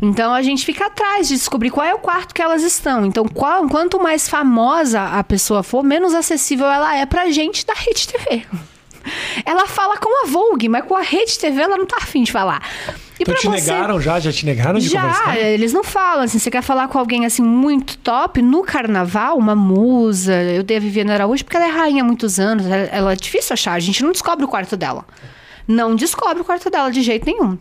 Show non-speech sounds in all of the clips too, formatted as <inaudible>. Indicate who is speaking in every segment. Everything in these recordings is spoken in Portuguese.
Speaker 1: Então a gente fica atrás de descobrir qual é o quarto que elas estão. Então, qual, quanto mais famosa a pessoa for, menos acessível ela é pra gente da Rede TV. <laughs> Ela fala com a Vogue, mas com a Rede TV ela não tá afim de falar. E pra
Speaker 2: Então te negaram já? Já te negaram de
Speaker 1: já,
Speaker 2: conversar?
Speaker 1: eles não falam assim. Você quer falar com alguém assim muito top no carnaval, uma musa. Eu dei a Viviana Araújo porque ela é rainha há muitos anos. Ela, ela é difícil achar. A gente não descobre o quarto dela. Não descobre o quarto dela de jeito nenhum.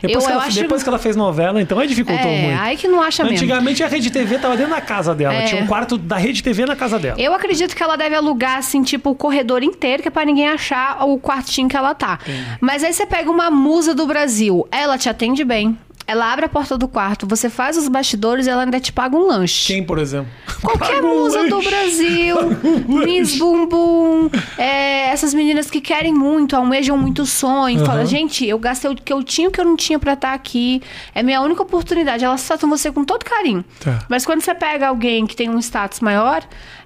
Speaker 2: Depois,
Speaker 1: eu-
Speaker 2: que,
Speaker 1: eu
Speaker 2: ela,
Speaker 1: acho-
Speaker 2: depois que ela fez novela, então aí dificultou
Speaker 1: é,
Speaker 2: muito.
Speaker 1: aí que não acha mesmo.
Speaker 2: Antigamente a Rede TV tava dentro da casa dela.
Speaker 1: É.
Speaker 2: Tinha um quarto da Rede TV na casa dela.
Speaker 1: Eu acredito que ela deve alugar, assim, tipo, o corredor inteiro, que é pra ninguém achar o quartinho que ela tá. Mas aí você pega uma musa do Brasil, ela te atende bem. Ela abre a porta do quarto, você faz os bastidores e ela ainda te paga um lanche.
Speaker 2: Quem, por exemplo?
Speaker 1: Qualquer
Speaker 2: Paga um
Speaker 1: musa do
Speaker 2: lanche. <laughs>
Speaker 1: Brasil, Miss Bumbum, é, essas meninas que querem muito, almejam muito sonho, fala, gente, eu gastei o que eu tinha e o que eu não tinha pra estar aqui, é minha única oportunidade. Elas tratam você com todo carinho.
Speaker 2: Tá.
Speaker 1: Mas quando você pega alguém que tem um status maior,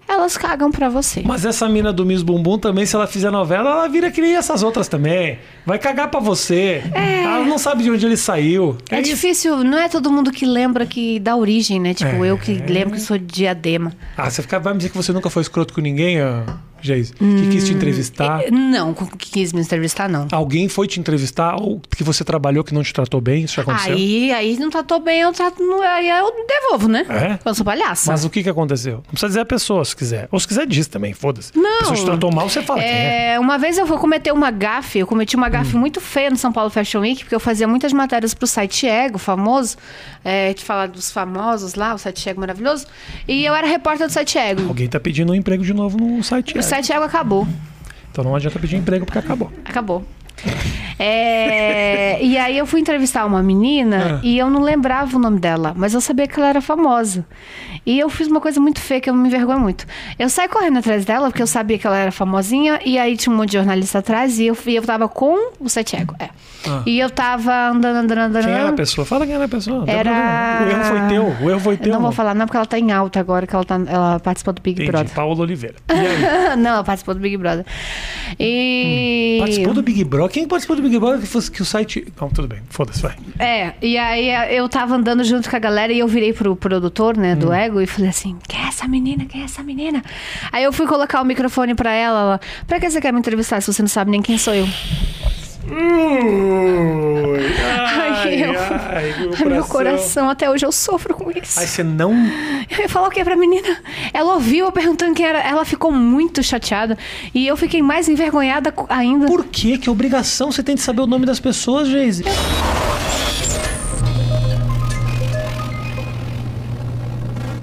Speaker 1: elas cagam pra você.
Speaker 2: Mas essa mina do Miss Bumbum também, se ela fizer novela, ela vira que nem essas outras também. Vai cagar pra você. Ela não sabe de onde ele saiu.
Speaker 1: É,
Speaker 2: isso.
Speaker 1: difícil, não é todo mundo que lembra que dá origem, né? Tipo, eu que
Speaker 2: É.
Speaker 1: lembro que sou de diadema.
Speaker 2: Ah, você fica- vai me dizer que você nunca foi escroto com ninguém, ah, Geise?
Speaker 1: Hum.
Speaker 2: Que quis te entrevistar?
Speaker 1: Eh, Não, com- que quis me entrevistar, não.
Speaker 2: Alguém foi te entrevistar ou que você trabalhou que não te tratou bem? Isso já aconteceu?
Speaker 1: Aí, aí não tratou bem, eu trato. não- Aí eu devolvo, né?
Speaker 2: É?
Speaker 1: Eu sou palhaça.
Speaker 2: Mas o que, que aconteceu? Não precisa dizer a pessoa, se quiser. Ou se quiser, diz também, foda-se.
Speaker 1: Não.
Speaker 2: Se te tratou mal, você fala. quem é.
Speaker 1: É, Uma vez eu vou cometer uma gafe, eu cometi uma gafe muito feia no São Paulo Fashion Week, porque eu fazia muitas matérias pro site Ego, famoso, é, de falar dos famosos lá, o site Ego maravilhoso, e eu era repórter do site Ego.
Speaker 2: Alguém tá pedindo um emprego de novo no site.
Speaker 1: O
Speaker 2: é.
Speaker 1: site Ego acabou.
Speaker 2: Então não adianta pedir emprego porque acabou.
Speaker 1: Acabou. É, e aí eu fui entrevistar uma
Speaker 2: Ah.
Speaker 1: menina e eu não lembrava o nome dela, mas eu sabia que ela era famosa. E eu fiz uma coisa muito feia que eu me envergonho muito. Eu saí correndo atrás dela porque eu sabia que ela era famosinha e aí tinha um monte de jornalista atrás e eu, e eu tava com o Sete Ego, é.
Speaker 2: Ah.
Speaker 1: E eu tava andando, andando, andando.
Speaker 2: Quem era a
Speaker 1: andando.
Speaker 2: pessoa? Fala quem era a pessoa. não tem
Speaker 1: Era-
Speaker 2: problema. O erro foi teu. O erro foi
Speaker 1: Eu
Speaker 2: teu.
Speaker 1: não vou
Speaker 2: mano.
Speaker 1: falar não porque ela tá em alta agora que ela, tá, ela participou do Big
Speaker 2: Entendi.
Speaker 1: Brother. <laughs>
Speaker 2: Paulo Oliveira.
Speaker 1: não, ela participou do Big Brother. E
Speaker 2: Hum. Participou do Big Brother? Quem participou do Big Brother que fosse que o site. Não, tudo bem. Foda-se, vai.
Speaker 1: É, e aí eu tava andando junto com a galera e eu virei pro produtor, né, do Ego e falei assim: quem é essa menina? Quem é essa menina? Aí eu fui colocar o microfone pra ela, ela pra que você quer me entrevistar se você não sabe nem quem sou eu? Ai, eu-
Speaker 2: ai, meu
Speaker 1: Ai, <laughs> <laughs> meu coração, até hoje eu sofro com isso.
Speaker 2: Ai, você não.
Speaker 1: Eu ia falar o que pra menina? Ela ouviu eu perguntando quem era, ela ficou muito chateada e eu fiquei mais envergonhada co- ainda.
Speaker 2: Por que? Que obrigação você tem de saber o nome das pessoas, Geise?